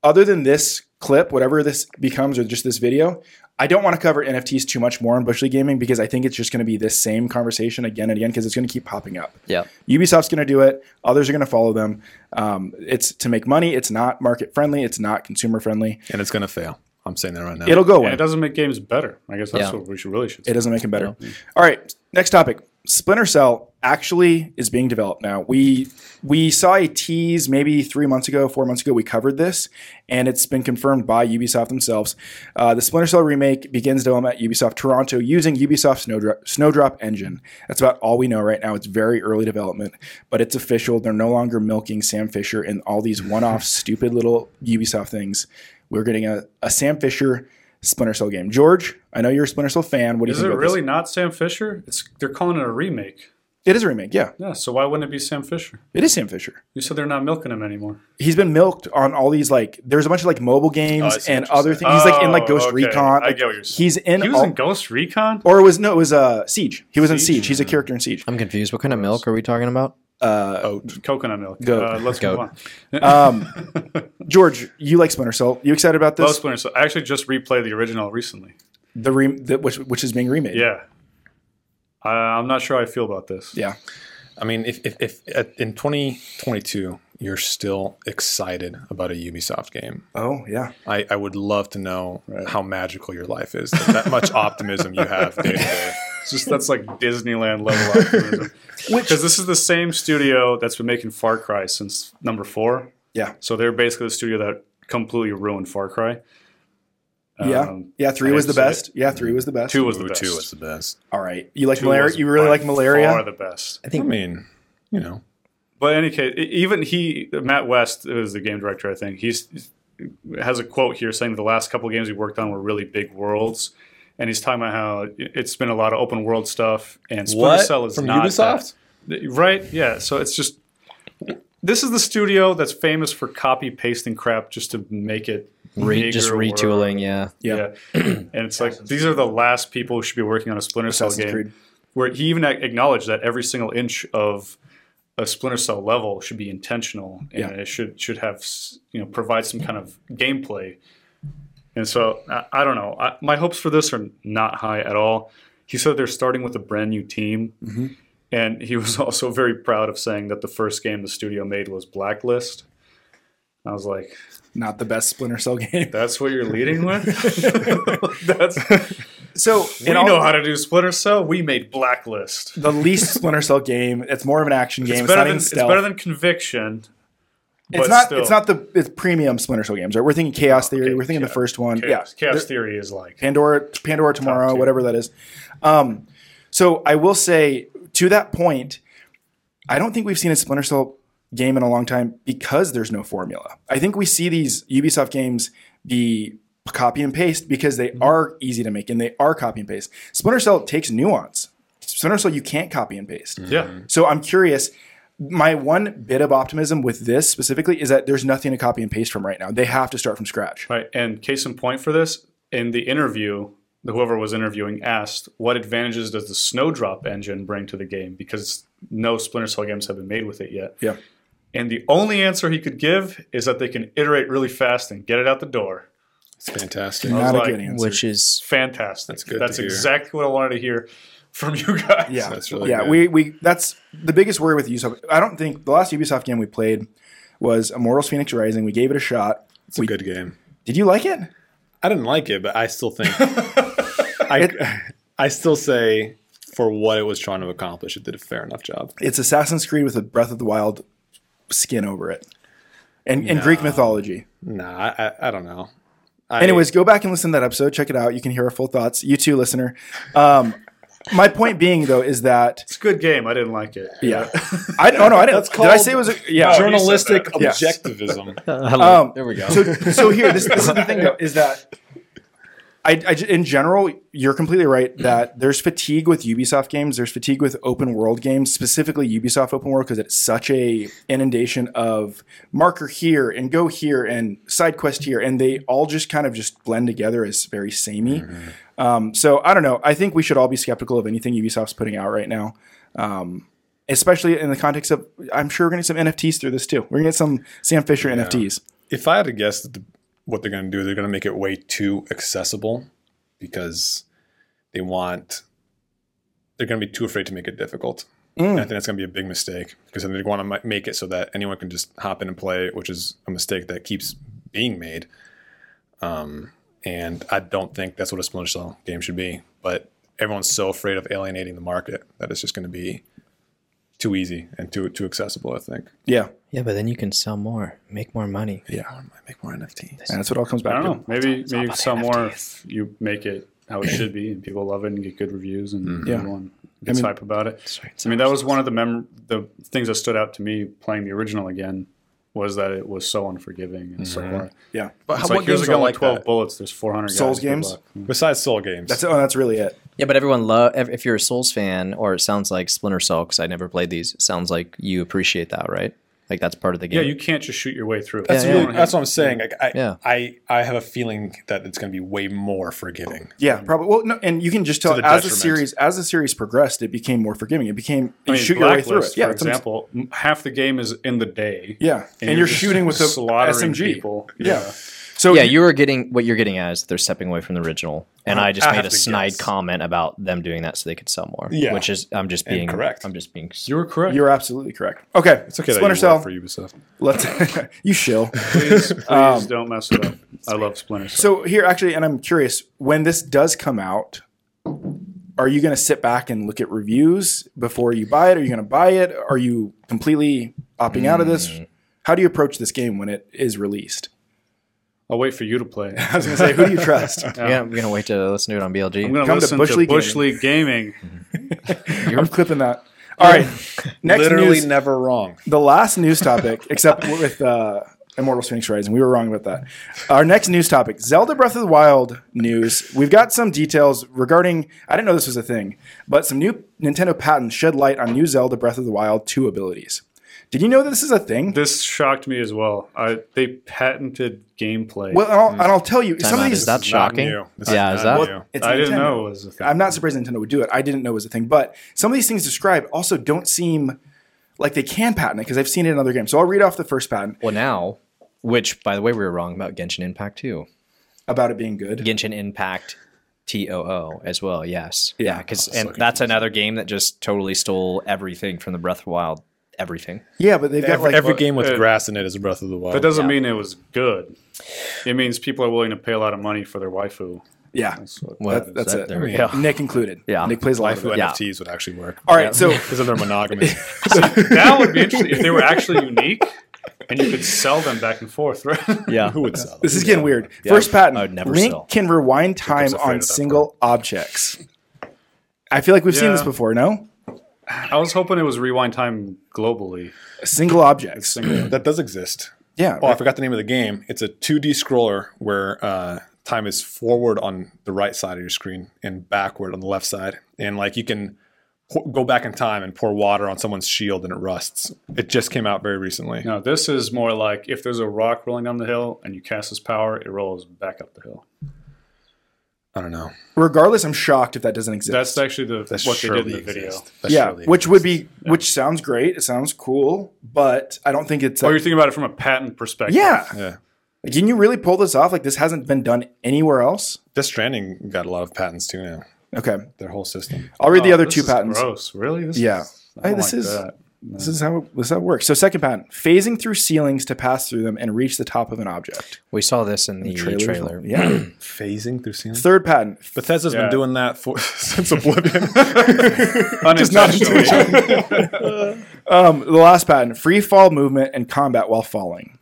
other than this clip, whatever this becomes, or just this video, I don't want to cover NFTs too much more on Bushly Gaming because I think it's just going to be this same conversation again and again because it's going to keep popping up.
yeah.
Ubisoft's going to do it. Others are going to follow them. Um, it's to make money. It's not market friendly. It's not consumer friendly.
and it's going to fail. I'm saying that right now.
It'll go
And
away.
it doesn't make games better. I guess that's
Yeah.
what we should really should.
It doesn't make him better. All right, next topic. Splinter Cell actually is being developed now. We we saw a tease maybe three months ago, four months ago. We covered this, and it's been confirmed by Ubisoft themselves. Uh, the Splinter Cell remake begins development at Ubisoft Toronto using Ubisoft's Snowdrop, Snowdrop engine. That's about all we know right now. It's very early development, but it's official. They're no longer milking Sam Fisher and all these one-off stupid little Ubisoft things. We're getting a, a Sam Fisher Splinter Cell game. George, I know you're a Splinter Cell fan. What do you
Is
think
it
about this?
really not Sam Fisher? It's they're calling it a remake.
It is a remake, yeah.
Yeah, so why wouldn't it be Sam Fisher?
It is Sam Fisher.
You said they're not milking him anymore.
He's been milked on all these like. There's a bunch of like mobile games
Oh, I see
and
what you're
other
saying.
things. He's like in like
Oh,
Ghost
okay.
Recon.
I
Like,
get what you're saying.
He's in
He was
all,
in Ghost Recon.
or it was no, it was uh, Siege. He was in Siege. He's a character in Siege. Uh,
I'm confused. What kind of milk are we talking about?
Oat.
Coconut milk.
Goat.
Uh, let's
Goat.
go on.
George, you like Splinter Cell? You excited about
Love
this?
Splinter Cell. I actually just replayed the original recently.
The, re- the which which is being remade.
Yeah. I, I'm not sure how I feel about this.
yeah.
I mean, if, if, if at, in 2022 you're still excited about a Ubisoft game,
Oh yeah.
I, I would love to know how magical your life is. That, that
(laughs)
much optimism you have day to day.
It's just that's like Disneyland level
(laughs)
optimism. Because this is the same studio that's been making Far Cry since number four.
Yeah.
So they're basically the studio that completely ruined Far Cry.
Yeah.
Um,
Yeah. Three
I
was the
didn't
best. Yeah. Three was the best.
Two was the
Ooh,
best.
Two was the best.
All right. You like
Two
malaria?
was
You really
by
like
Far
malaria?
the best.
I
I
think
mean, you know,
But in any case, e- even he, Matt West, is the game director. I think he's has a quote here saying the last couple of games we worked on were really big worlds, and he's talking about how it's been a lot of open world stuff. And Splinter Cell is
from
not
Ubisoft?
that. right? Yeah. So it's just this is the studio that's famous for copy pasting crap just to make it
re- just
bigger or-
retooling. Yeah.
Yeah. and it's like these are the last people who should be working on a Splinter Cell
Assassin's
game
Creed.
where he even ac- acknowledged that every single inch of a Splinter Cell level should be intentional and
Yeah.
it should should have s- you know provide some kind of gameplay. And so I, I don't know. I, my hopes for this are not high at all. He said they're starting with a brand new team, and he was (laughs) also very proud of saying that the first game the studio made was Blacklist. I was like,
Not the best Splinter Cell (laughs) game.
"That's what you're leading with? (laughs) That's
So
we know how to do Splinter Cell. We made Blacklist.
the least Splinter Cell game. It's more of an action game.
It's
It's,
better
not
than
even
it's
stealth.
better than Conviction.
it's
but
not.
still. Oh,
It's not the it's premium Splinter Cell games, right? We're thinking Chaos Theory.
okay,
We're thinking the
Chaos-
first one.
Chaos,
Yeah,
Chaos
There-
Theory is like
Pandora, Pandora tomorrow,
tier.
whatever that is. Um, so I will say to that point, I don't think we've seen a Splinter Cell game in a long time because there's no formula. I think we see these Ubisoft games be copy and paste because they
Mm-hmm.
are easy to make and they are copy and paste. Splinter Cell takes nuance. Splinter Cell you can't copy and paste.
yeah.
So I'm curious. My one bit of optimism with this specifically is that there's nothing to copy and paste from right now. They have to start from scratch.
Right. And case in point for this, in the interview, whoever was interviewing asked, "What advantages does the Snowdrop engine bring to the game?" Because no Splinter Cell games have been made with it yet.
Yeah.
And the only answer he could give is that they can iterate really fast and get it out the door.
it's fantastic.
Not
like,
a good answer.
Which is
Fantastic. That's
good
That's
to hear.
exactly what I wanted to hear from you guys.
Yeah,
That's really
yeah.
good.
We we that's the biggest worry with Ubisoft. I don't think the last Ubisoft game we played was Immortals: Phoenix Rising. We gave it a shot.
It's a good game.
Did you like it?
I didn't like it, but I still think I (laughs) I still say for what it was trying to accomplish, it did a fair enough job.
It's Assassin's Creed with a Breath of the Wild skin over it, and and Greek mythology.
Nah, I, I, I don't know. I,
Anyways, go back and listen to that episode. Check it out. You can hear our full thoughts. You too, listener. Um, my point being though is that
It's a good game. I didn't like it.
yeah, I oh no, I didn't. Did I say it was a,
Oh,
yeah?
journalistic
that. Yes.
objectivism. (laughs)
Um,
Uh, there we go.
so, so here, this, this is the thing though, is that I, I ju- in general, you're completely right that there's fatigue with Ubisoft games. There's fatigue with open world games, specifically Ubisoft open world, because it's such a inundation of marker here and go here and side quest here, and they all just kind of just blend together as very samey. Um, so I don't know. I think we should all be skeptical of anything Ubisoft's putting out right now. Um, especially in the context of, I'm sure we're going to get some NFTs through this too. We're going to get some Sam Fisher NFTs.
if I had to guess that the, what they're going to do, they're going to make it way too accessible because they want they're going to be too afraid to make it difficult. And I think that's going to be a big mistake because then they want to make it so that anyone can just hop in and play, which is a mistake that keeps being made. Um, and I don't think that's what a Splinter Cell game should be. But everyone's so afraid of alienating the market that it's just going to be too easy and too too accessible. I think.
Yeah,
(laughs) yeah, but then you can sell more, make more money.
Yeah, I might make more NFTs.
and that's what it all comes
I
back
don't
to.
know. Maybe
all
maybe you
about
sell
the
more
NFTs.
if you make it how it should be and people love it and get good reviews and
Mm-hmm. Yeah.
everyone gets
mean-
hype about it.
Sorry,
I mean, that was one of the mem- the things that stood out to me playing the original again was that it was so unforgiving and
Mm-hmm.
so hard.
Yeah,
But
It's like here's a
are
gun with
that?
twelve bullets. There's four hundred
Souls
guys, good
games?
luck.
Besides Soul Games,
that's oh, that's really it.
Yeah, but everyone love if if you're a Souls fan, or it sounds like Splinter Cell, because I never played these. It sounds like you appreciate that, right? Like that's part of the
Yeah,
game.
you can't just shoot your way through. it.
that's,
yeah,
really,
yeah.
that's what I'm saying. Like, I,
Yeah.
I, I have a feeling that it's going to be way more forgiving.
Yeah, probably. Well, no, and you can just tell
the
as the
detriment.
series as the series progressed, it became more forgiving. It became
I
you
mean,
shoot your way through
Blacklist,
it. Yeah,
for
that's what I'm-
example, m- half the game is in the day.
Yeah, and, you're,
just
shooting
(laughs)
with a
slaughtering
SMG.
people.
Yeah. So
yeah, you were getting what you're getting at is that they're stepping away from the original, and I just
I
made
have
a
to
snide
guess.
comment about them doing that so they could sell more.
Yeah.
which is I'm just being
Incorrect.
I'm just being.
you were correct.
you're absolutely correct. Okay,
It's okay.
Splinter
that you work
Cell.
for
(laughs)
Ubisoft.
Let's (laughs) you shill.
Please, please
Um,
don't mess it up. I love Splinter Cell.
So here, actually, and I'm curious when this does come out. Are you going to sit back and look at reviews before you buy it? Are you going to buy it? Are you completely opting out of this? How do you approach this game when it is released?
I'll wait for you to play.
I was going to say, who do you (laughs) trust?
Yeah, we're gonna wait to listen to it on BLG.
I'm going to
Come to
listen to
Bush
Bush,
League
League Gaming.
I'm clipping that. All right. (laughs) Next
Literally
news,
never wrong.
the last news topic, except with uh, Immortals Phoenix Rising. We were wrong about that. Our next news topic, Zelda Breath of the Wild news. We've got some details regarding, I didn't know this was a thing, but some new Nintendo patents shed light on new Zelda Breath of the Wild 2 abilities. Did you know that this is a thing?
This shocked me as well. I, they patented gameplay.
Well, and I'll, and I'll tell you,
Time
some
out,
of
is
these.
that
is
shocking?
not new. This is
yeah, is that
not
Well,
new.
it's
I didn't
Nintendo.
know it was a thing.
I'm not surprised Nintendo would do it. I didn't know it was a thing. But some of these things described also don't seem like they can patent it because I've seen it in other games. So I'll read off the first patent
Well, now, which by the way, we were wrong about Genshin Impact too.
about it being good.
Genshin Impact TOO as well. Yes.
Yeah.
Yeah. Because and that's another game that just totally stole everything from the Breath of the Wild. Everything.
Yeah, but they've got
Every,
like
every game with
uh,
grass in it is Breath of the Wild.
that doesn't mean it was good. It means people are willing to pay a lot of money for
(laughs)
their waifu.
(laughs)
yeah,
Well,
that- that's
that-
it.
there we
Yeah. (laughs)
go.
Nick included.
Yeah.
Nick plays a lot
life
of
of
it.
Yeah.
NFTs would actually work.
All right, so
Because of their monogamy.
That would be interesting if they were actually unique and you could sell them back and forth, right?
Yeah.
Who would sell?
this
it?
is getting weird. First patent:
I would never
Link
sell.
can rewind time
afraid of
on
that
single objects. I feel like we've seen
Yeah.
this before. No,
(laughs) I was hoping it was rewind time globally.
single objects.
That does exist.
Yeah,
Oh, I forgot the name of the game. It's a 2D scroller where uh, time is forward on the right side of your screen and backward on the left side, and like you can pour, go back in time and pour water on someone's shield and it rusts. It just came out very recently.
No, this is more like if there's a rock rolling down the hill and you cast this power, it rolls back up the hill.
I don't know.
regardless, I'm shocked if that doesn't exist.
That's actually the
That
what they did in
surely
the video.
exists. That
yeah,
surely
which
exists.
would be which sounds great. It sounds cool, but I don't think it's.
Oh,
a-
you're thinking about it from a patent perspective.
yeah,
yeah.
Like, can you really pull this off? Like this hasn't been done anywhere else.
Death Stranding got a lot of patents too now.
Okay,
Their whole system.
(laughs)
I'll read the
Oh,
other
this
two
is
patents.
Gross, really? This
Yeah.
is, I
Hey,
don't
this
like
(laughs) is-
that.
This is how this is how it works. So second patent, phasing through ceilings to pass through them and reach the top of an object.
(laughs) We saw this in the trailer.
Yeah. (clears throat)
Um, Phasing through ceilings.
Third patent,
Bethesda's
Yeah.
been doing that for (laughs) since
(laughs)
Oblivion.
(laughs)
Unintentionally.
Um, the last patent: free fall movement and combat while falling.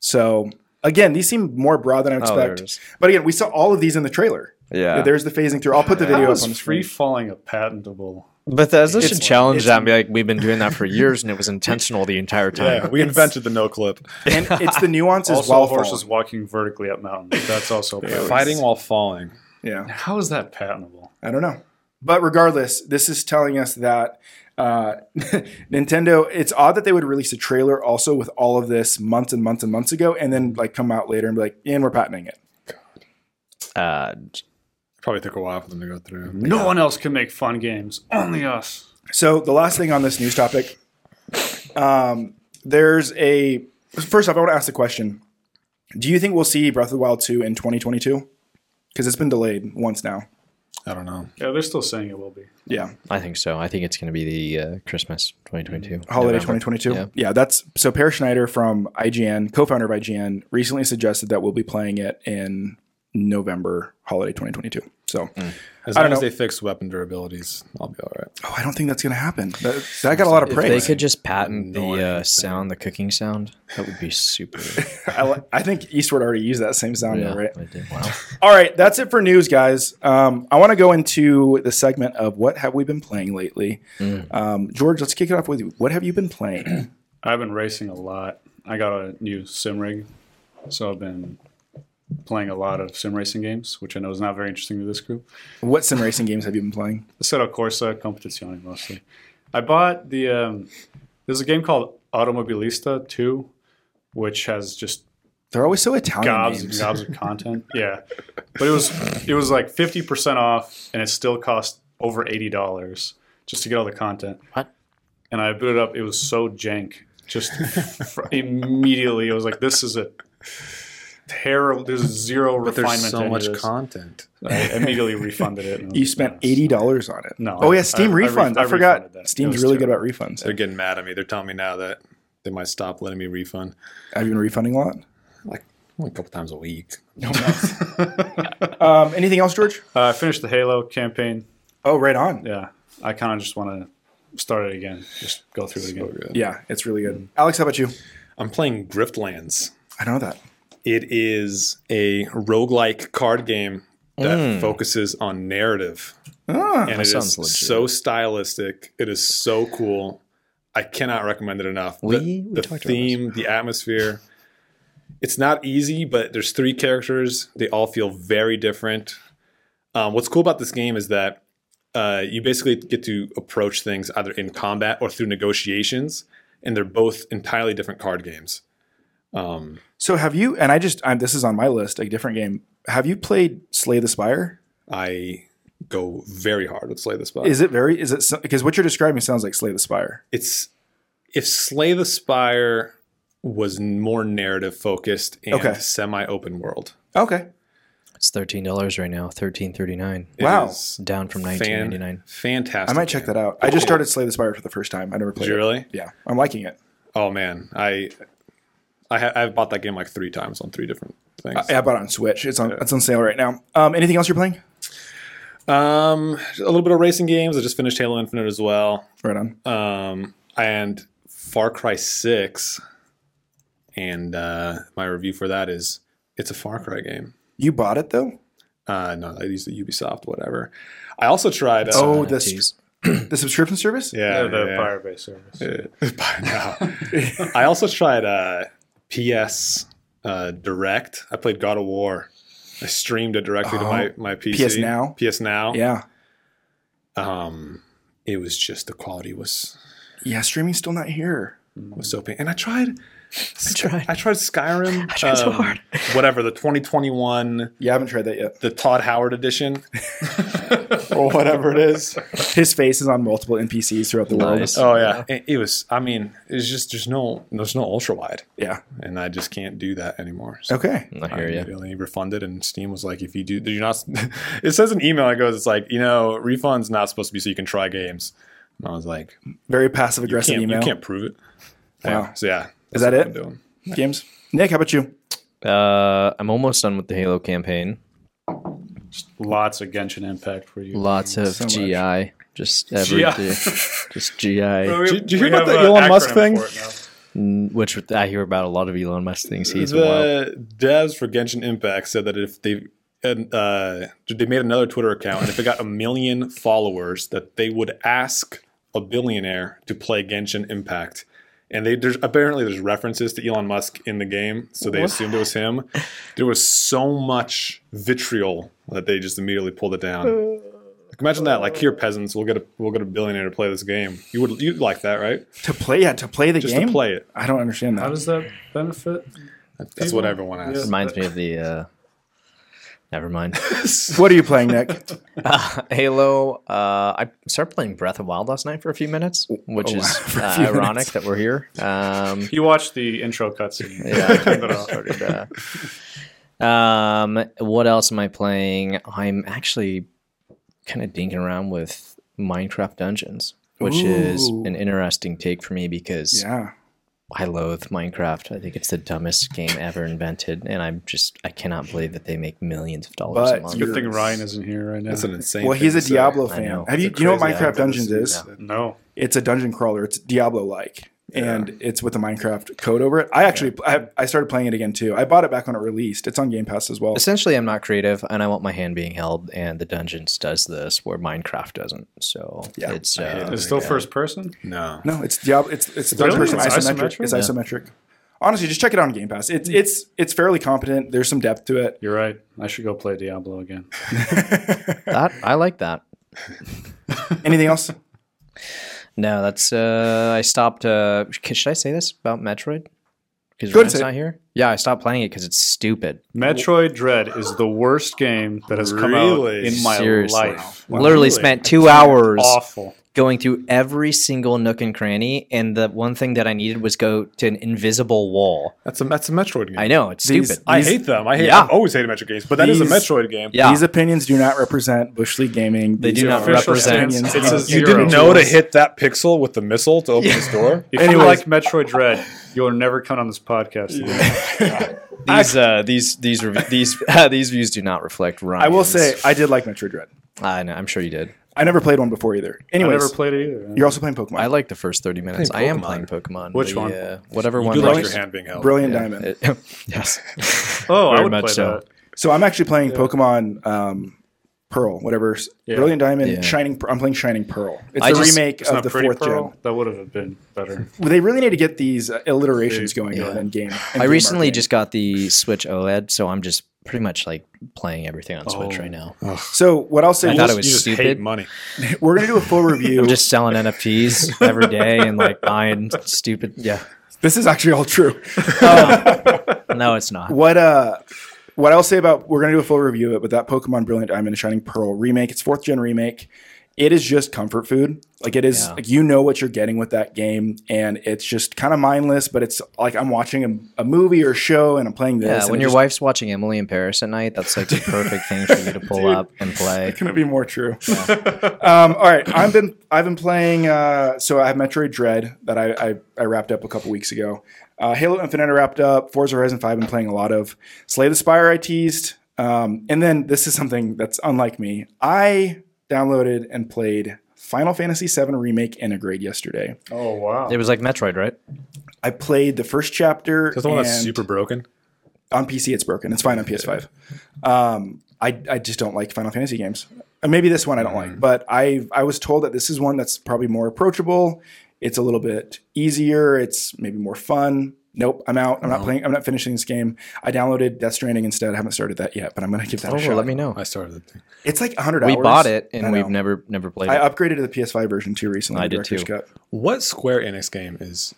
So again, these seem more broad than I
Oh, there it
expect.
is.
but again, we saw all of these in the trailer.
Yeah.
There's the phasing through. I'll put the
How
video up
is
on the
free
screen.
falling a patentable?
Bethesda
It's-
should challenge
it's-
that and be like, we've been doing
(laughs)
that for years and it was intentional the entire time.
yeah, we invented the no clip.
and it's
(laughs)
the nuances
Also,
while
horses
falling.
walking vertically up mountains. That's also a patent.
Fighting while falling.
Yeah,
How is that patentable?
I don't know. But regardless, this is telling us that uh, (laughs) Nintendo. It's odd that they would release a trailer also with all of this months and months and months ago, and then like come out later and be like, "And we're patenting it."
Uh,
Probably took a while for them to go through.
No one else can make fun games. Only us.
So the last thing on this news topic, um, there's a first off, I want to ask the question: Do you think we'll see Breath of the Wild two in 2022? Because it's been delayed once now.
I don't know.
Yeah, they're still saying it will be.
Yeah,
I think so. I think it's going to be the uh, Christmas 2022.
holiday
November.
2022.
Yeah.
Yeah. that's so. Per Schneider from IGN, co-founder of IGN, recently suggested that we'll be playing it in November holiday 2022. So,
Mm.
As
I
long
don't
as
know.
they fix weapon durabilities, I'll be all right.
oh, I don't think that's going to happen. That, that got a lot of
If they
praise.
could just patent
Annoying
the uh, sound, the cooking sound, that would be super.
I, li- I think Eastward already used that same sound, though, right?
Wow.
All right, that's it for news, guys. Um, I want to go into the segment of what have we been playing lately.
Mm.
Um, George, let's kick it off with you. What have you been playing?
I've been racing a lot. I got a new sim rig, so I've been playing a lot of sim racing games, which I know is not very interesting to this group.
what sim racing games have you been playing?
Assetto Corsa, Competizione mostly. I bought the. Um, there's a game called Automobilista 2, which has just
They're always so Italian
gobs and
names.
gobs
(laughs)
of content. Yeah, but it was it was like fifty percent off, and it still cost over eighty dollars just to get all the content.
What?
And I booted it up. It was so jank.
(laughs)
Just fr- immediately, it was like, "This is a terrible." There's zero refinement. to any of this.
content.
I immediately
(laughs)
refunded it. and-
You spent eighty dollars on it.
No,
Oh
I-
yeah, Steam
I- I re-
refunds. I,
I
forgot.
refunded that. It
Steam's
was
really
terrible.
good about refunds.
They're getting mad at me. They're telling me now that they might stop letting me refund
I've been refunding a lot.
like only a couple times a week.
Um, anything else, George?
Uh, I finished the Halo campaign.
Oh, right on. Yeah,
Yeah, I kind of just want to start it again. Just go through it again.
it's really good. Alex, how about you?
I'm playing Griftlands.
I know that.
It is a roguelike card game that focuses on narrative. and it is
Hmm. Ah, sounds legit.
so stylistic. It is so cool. I cannot recommend it enough.
We-
the
we
the
talked about
theme, the atmosphere. It's not easy, but there's three characters. They all feel very different. Um, what's cool about this game is that uh, you basically get to approach things either in combat or through negotiations, and they're both entirely different card games. Um,
So have you? And I just I'm, this is on my list. A different game. Have you played Slay the Spire?
I go very hard with Slay the Spire.
Is it very? Is it because what you're describing sounds like Slay the Spire?
it's if Slay the Spire was more narrative focused and
Okay.
semi open world.
Okay.
It's thirteen dollars right now. Thirteen thirty nine.
It
Wow.
is
Down from
fan-
nineteen ninety nine.
fantastic.
I might check that out. I just started Slay the Spire for the first time. I never
Did
played
you
it.
really?
Yeah, I'm liking it.
Oh man, I I ha- I've bought that game like three times on three different things.
I, I bought it on Switch. It's on. It's on sale right now. Um, anything else you're playing?
Um, a little bit of racing games. I just finished Halo Infinite as well.
Right on.
Um, and Far Cry Six. And uh, my review for that is it's a Far Cry game.
You bought it though. (clears throat)
Uh, no, I use the Ubisoft, whatever. I also tried. Uh,
Oh, the the subscription service.
Yeah,
the
yeah.
Pirate Bay service.
Uh, by (laughs) now. I also tried uh, PS uh, Direct. I played God of War. I streamed it directly to my, my PC.
PS Oh, Now?
PS Now.
Yeah.
Um, it was just the quality was
Yeah. Streaming's still not here.
was so pain. And I tried. I
tried.
I tried
(laughs)
Skyrim. I
tried so hard.
whatever the 2021,
Yeah, I haven't tried that yet.
the Todd Howard edition, (laughs) or whatever it is.
His face is on multiple NPCs throughout the world.
Nice.
Oh yeah, it, it was. I mean, it's just there's no there's no ultra wide,
Yeah.
and I just can't do that anymore. So.
Okay.
I hear you.
immediately refunded, and Steam was like, "If you (laughs) do, do you not?" it says an email. It goes, "It's like you know, refunds not supposed to be so you can try games." And I was like, you
Very passive aggressive
can't, you
email.
can't prove it.
Wow.
Yeah, so yeah.
Is that
that's
it?
what I'm doing.
James, Nick, how about you?
Uh, I'm almost done with the Halo campaign.
Lots of Genshin Impact for you.
Lots of
much.
GI, just every
GI.
just GI,
Did- did you hear about the Elon Musk thing?
which I hear about a lot of Elon Musk things. He's a wild.
the devs for Genshin Impact said that if they and uh, they made another Twitter account, and if it got a million followers, that they would ask a billionaire to play Genshin Impact. And they there's apparently there's references to Elon Musk in the game, so they assumed it was him. There was so much vitriol that they just immediately pulled it down. Like, imagine that, like here peasants, we'll get a we'll get a billionaire to play this game. You would you'd like that, right?
To play, yeah, to play the
Just
game.
to play it.
I don't understand
How
that.
does that benefit?
That's what everyone asks.
Reminds me of the. Uh, never mind.
What are you playing,
(laughs)
Nick?
(laughs) Halo. Uh, I started playing Breath of Wild last night for a few minutes, which is
Oh, (laughs) For a
uh,
few
ironic
minutes.
that we're here. Um,
(laughs)
You watched the intro
(laughs)
cutscene.
Yeah, I
Turned it off.
started, uh, um, what else am I playing? I'm actually kind of dinking around with Minecraft Dungeons, which is
Ooh.
an interesting take for me because
yeah.
I loathe Minecraft. I think it's the dumbest game ever invented, and I'm just I cannot believe that they make millions of dollars
But
a month.
you're-
Good thing Ryan isn't here right now.
That's an insane.
Well,
thing
he's a
to say.
Diablo
I
fan.
know.
Have you?
It's a
You know what
crazy
Minecraft
idea.
Dungeons is?
Yeah.
no.
It's a dungeon crawler. It's Diablo like, and it's with the Minecraft code over it. I actually, I, I started playing it again too. I bought it back when it released. It's on Game Pass as well.
Essentially, I'm not creative, and I want my hand being held. And the Dungeons does this where Minecraft doesn't. So
Yeah.
it's
I hate
uh,
it.
It's still
Yeah.
first person.
No.
No, it's Diablo. It's it's third
Really?
person
It's
isometric.
isometric? Hmm.
It's isometric. Honestly, just check it out on Game Pass. It's it's it's fairly competent. There's some depth to
(laughs)
it.
You're right. I should go play Diablo
(laughs)
again.
that I like that.
Anything else?
No, that's uh I stopped uh c- should I say this about Metroid? Because
Go ahead and
Ryan's
say it.
not here? Yeah, I stopped playing it because it's stupid.
Metroid Dread is the worst game that has come
Really?
out in my
Seriously.
life.
Literally spent two hours
Awful.
going through every single nook and cranny, and the one thing that I needed was go to an invisible wall.
That's a that's a Metroid game.
I know, it's
These-
stupid.
I
These-
hate them. I hate.
Yeah.
I've always hated Metroid games, but that is
These-
a Metroid game.
Yeah.
These opinions do not represent Bush League Gaming.
They
These
do
are
not
official
represent-
opinions.
It's a
of-
You
zero.
didn't know to hit that pixel with the missile to open this door.
If you like Metroid Dread, you'll never come on this podcast again.
(laughs)
these uh these these rev- these (laughs) these views do not reflect Ryan.
(laughs) I will say I did like Metroid Dread.
I know, I'm sure you did.
I never played one before either.
I
Anyways,
never played it either.
you're also playing Pokemon.
I like the first thirty minutes. I am
Pokemon.
playing Pokemon.
Which
the,
one?
Uh, whatever one.
You like
is-
your hand being held.
Brilliant Diamond.
(laughs) It- (laughs) yes.
oh, I
very
would
much
play
so.
that.
So I'm actually playing Pokemon um, Pearl, whatever. Brilliant Diamond,
Yeah.
Shining. I'm playing Shining Pearl. It's
I
a
just-
remake
It's
of
not
the
Pretty
fourth
Pearl.
gen.
That would have been better.
Well, they really need to get these uh, alliterations going on in game. in
I
game
recently
marketing.
just got the Switch OLED, so I'm just pretty much like playing everything on Switch right now.
So what I'll say
I
is
thought it
You
was
just hate
stupid.
money.
we're gonna do a full review.
(laughs) I'm just selling NFTs every day and like buying stupid. Yeah,
this is actually all true.
(laughs) no, it's not.
What uh what I'll say about we're gonna do a full review of it, but that Pokemon Brilliant Diamond and Shining Pearl remake, it's fourth gen remake. It is just comfort food. Like it is
Yeah.
like you know what you're getting with that game, and it's just kind of mindless, but it's like I'm watching a, a movie or a show and I'm playing this.
Yeah,
and
when
it
your
just
wife's watching Emily in Paris at night, that's like the perfect thing for you to pull up and
(laughs)
play.
couldn't be more true. um, all right, I've been I've been playing. Uh, so I have Metroid Dread that I I, I wrapped up a couple weeks ago. Uh, Halo Infinite I wrapped up. Forza Horizon Five I've been playing a lot of. Slay the Spire I teased. Um, and then this is something that's unlike me. I downloaded and played Final Fantasy VII Remake Integrate yesterday.
Oh wow.
It was like Metroid, right?
I played the first chapter.
That's the one that's
and-
super broken.
on PC it's broken. It's fine on PS5. Um, I I just don't like Final Fantasy games. And maybe this one I don't
Mm-hmm.
like, but I I was told that this is one that's probably more approachable. It's a little bit easier. It's maybe more fun. Nope, I'm out.
Uh-huh.
I'm not playing. I'm not finishing this game. I downloaded Death Stranding instead. I haven't started that yet, but I'm gonna give that
Oh,
a shot.
let me know.
I started the thing.
It's like 100
We
hours.
bought it and
I
we've
know.
never never played
I
it.
upgraded to the PS5 version too recently.
I
the
did
Director's
too.
Cut.
What Square Enix game is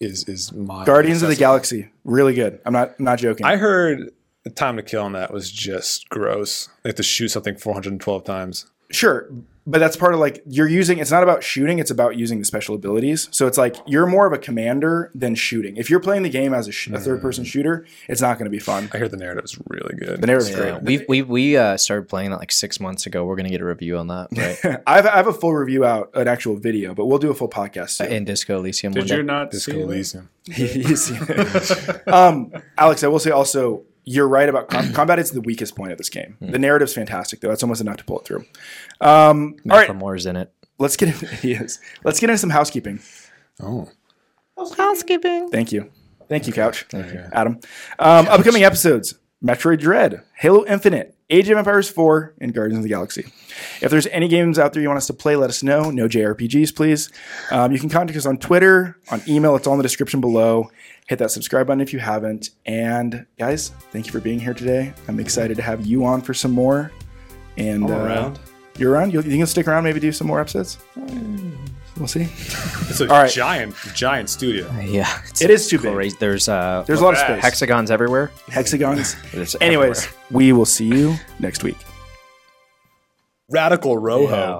is is my
Guardians of the Galaxy, really good. I'm not not joking.
I heard the time to kill on that was just gross. They have to shoot something 412 times.
Sure, but that's part of like you're using. It's not about shooting; it's about using the special abilities. So it's like you're more of a commander than shooting. If you're playing the game as a, sh- a third-person shooter, it's not going to be fun.
I hear the narrative's really good.
The narrative's
Yeah,
great.
we we we uh, started playing that like six months ago. We're gonna get a review on that,
(laughs)
right?
I've, I have a full review out, an actual video, but we'll do a full podcast
(laughs)
soon.
In Disco Elysium.
Did
one
you
day.
not
Disco
see that?
Elysium.
(laughs) You see it. um, Alex, I will say also, you're right about com- (clears throat) combat. It's the weakest point of this game. The narrative's fantastic, though. That's almost enough to pull it through. Um, all right,
Macklemore's in
(laughs)
it.
let's get in- yes. let's get into some housekeeping.
Oh,
Thank you, thank you, Couch, Adam. Um, upcoming episodes: Metroid Dread, Halo Infinite, Age of Empires 4, and Guardians of the Galaxy. If there's any games out there you want us to play, let us know. No JRPGs, please. Um, you can contact us on Twitter, on email. It's all in the description below. Hit that subscribe button if you haven't. And guys, thank you for being here today. I'm excited to have you on for some more. And uh,
around.
You're around. You'll, you think you'll stick around? Maybe do some more episodes. Mm. We'll see.
it's a
All right.
giant, giant studio.
Yeah, it's
It is too big.
crazy. There's uh,
There's a lot of
Bad.
space.
hexagons everywhere.
hexagons.
There's
Anyways, we will see you next week.
Radical Roho.
everywhere. Yeah.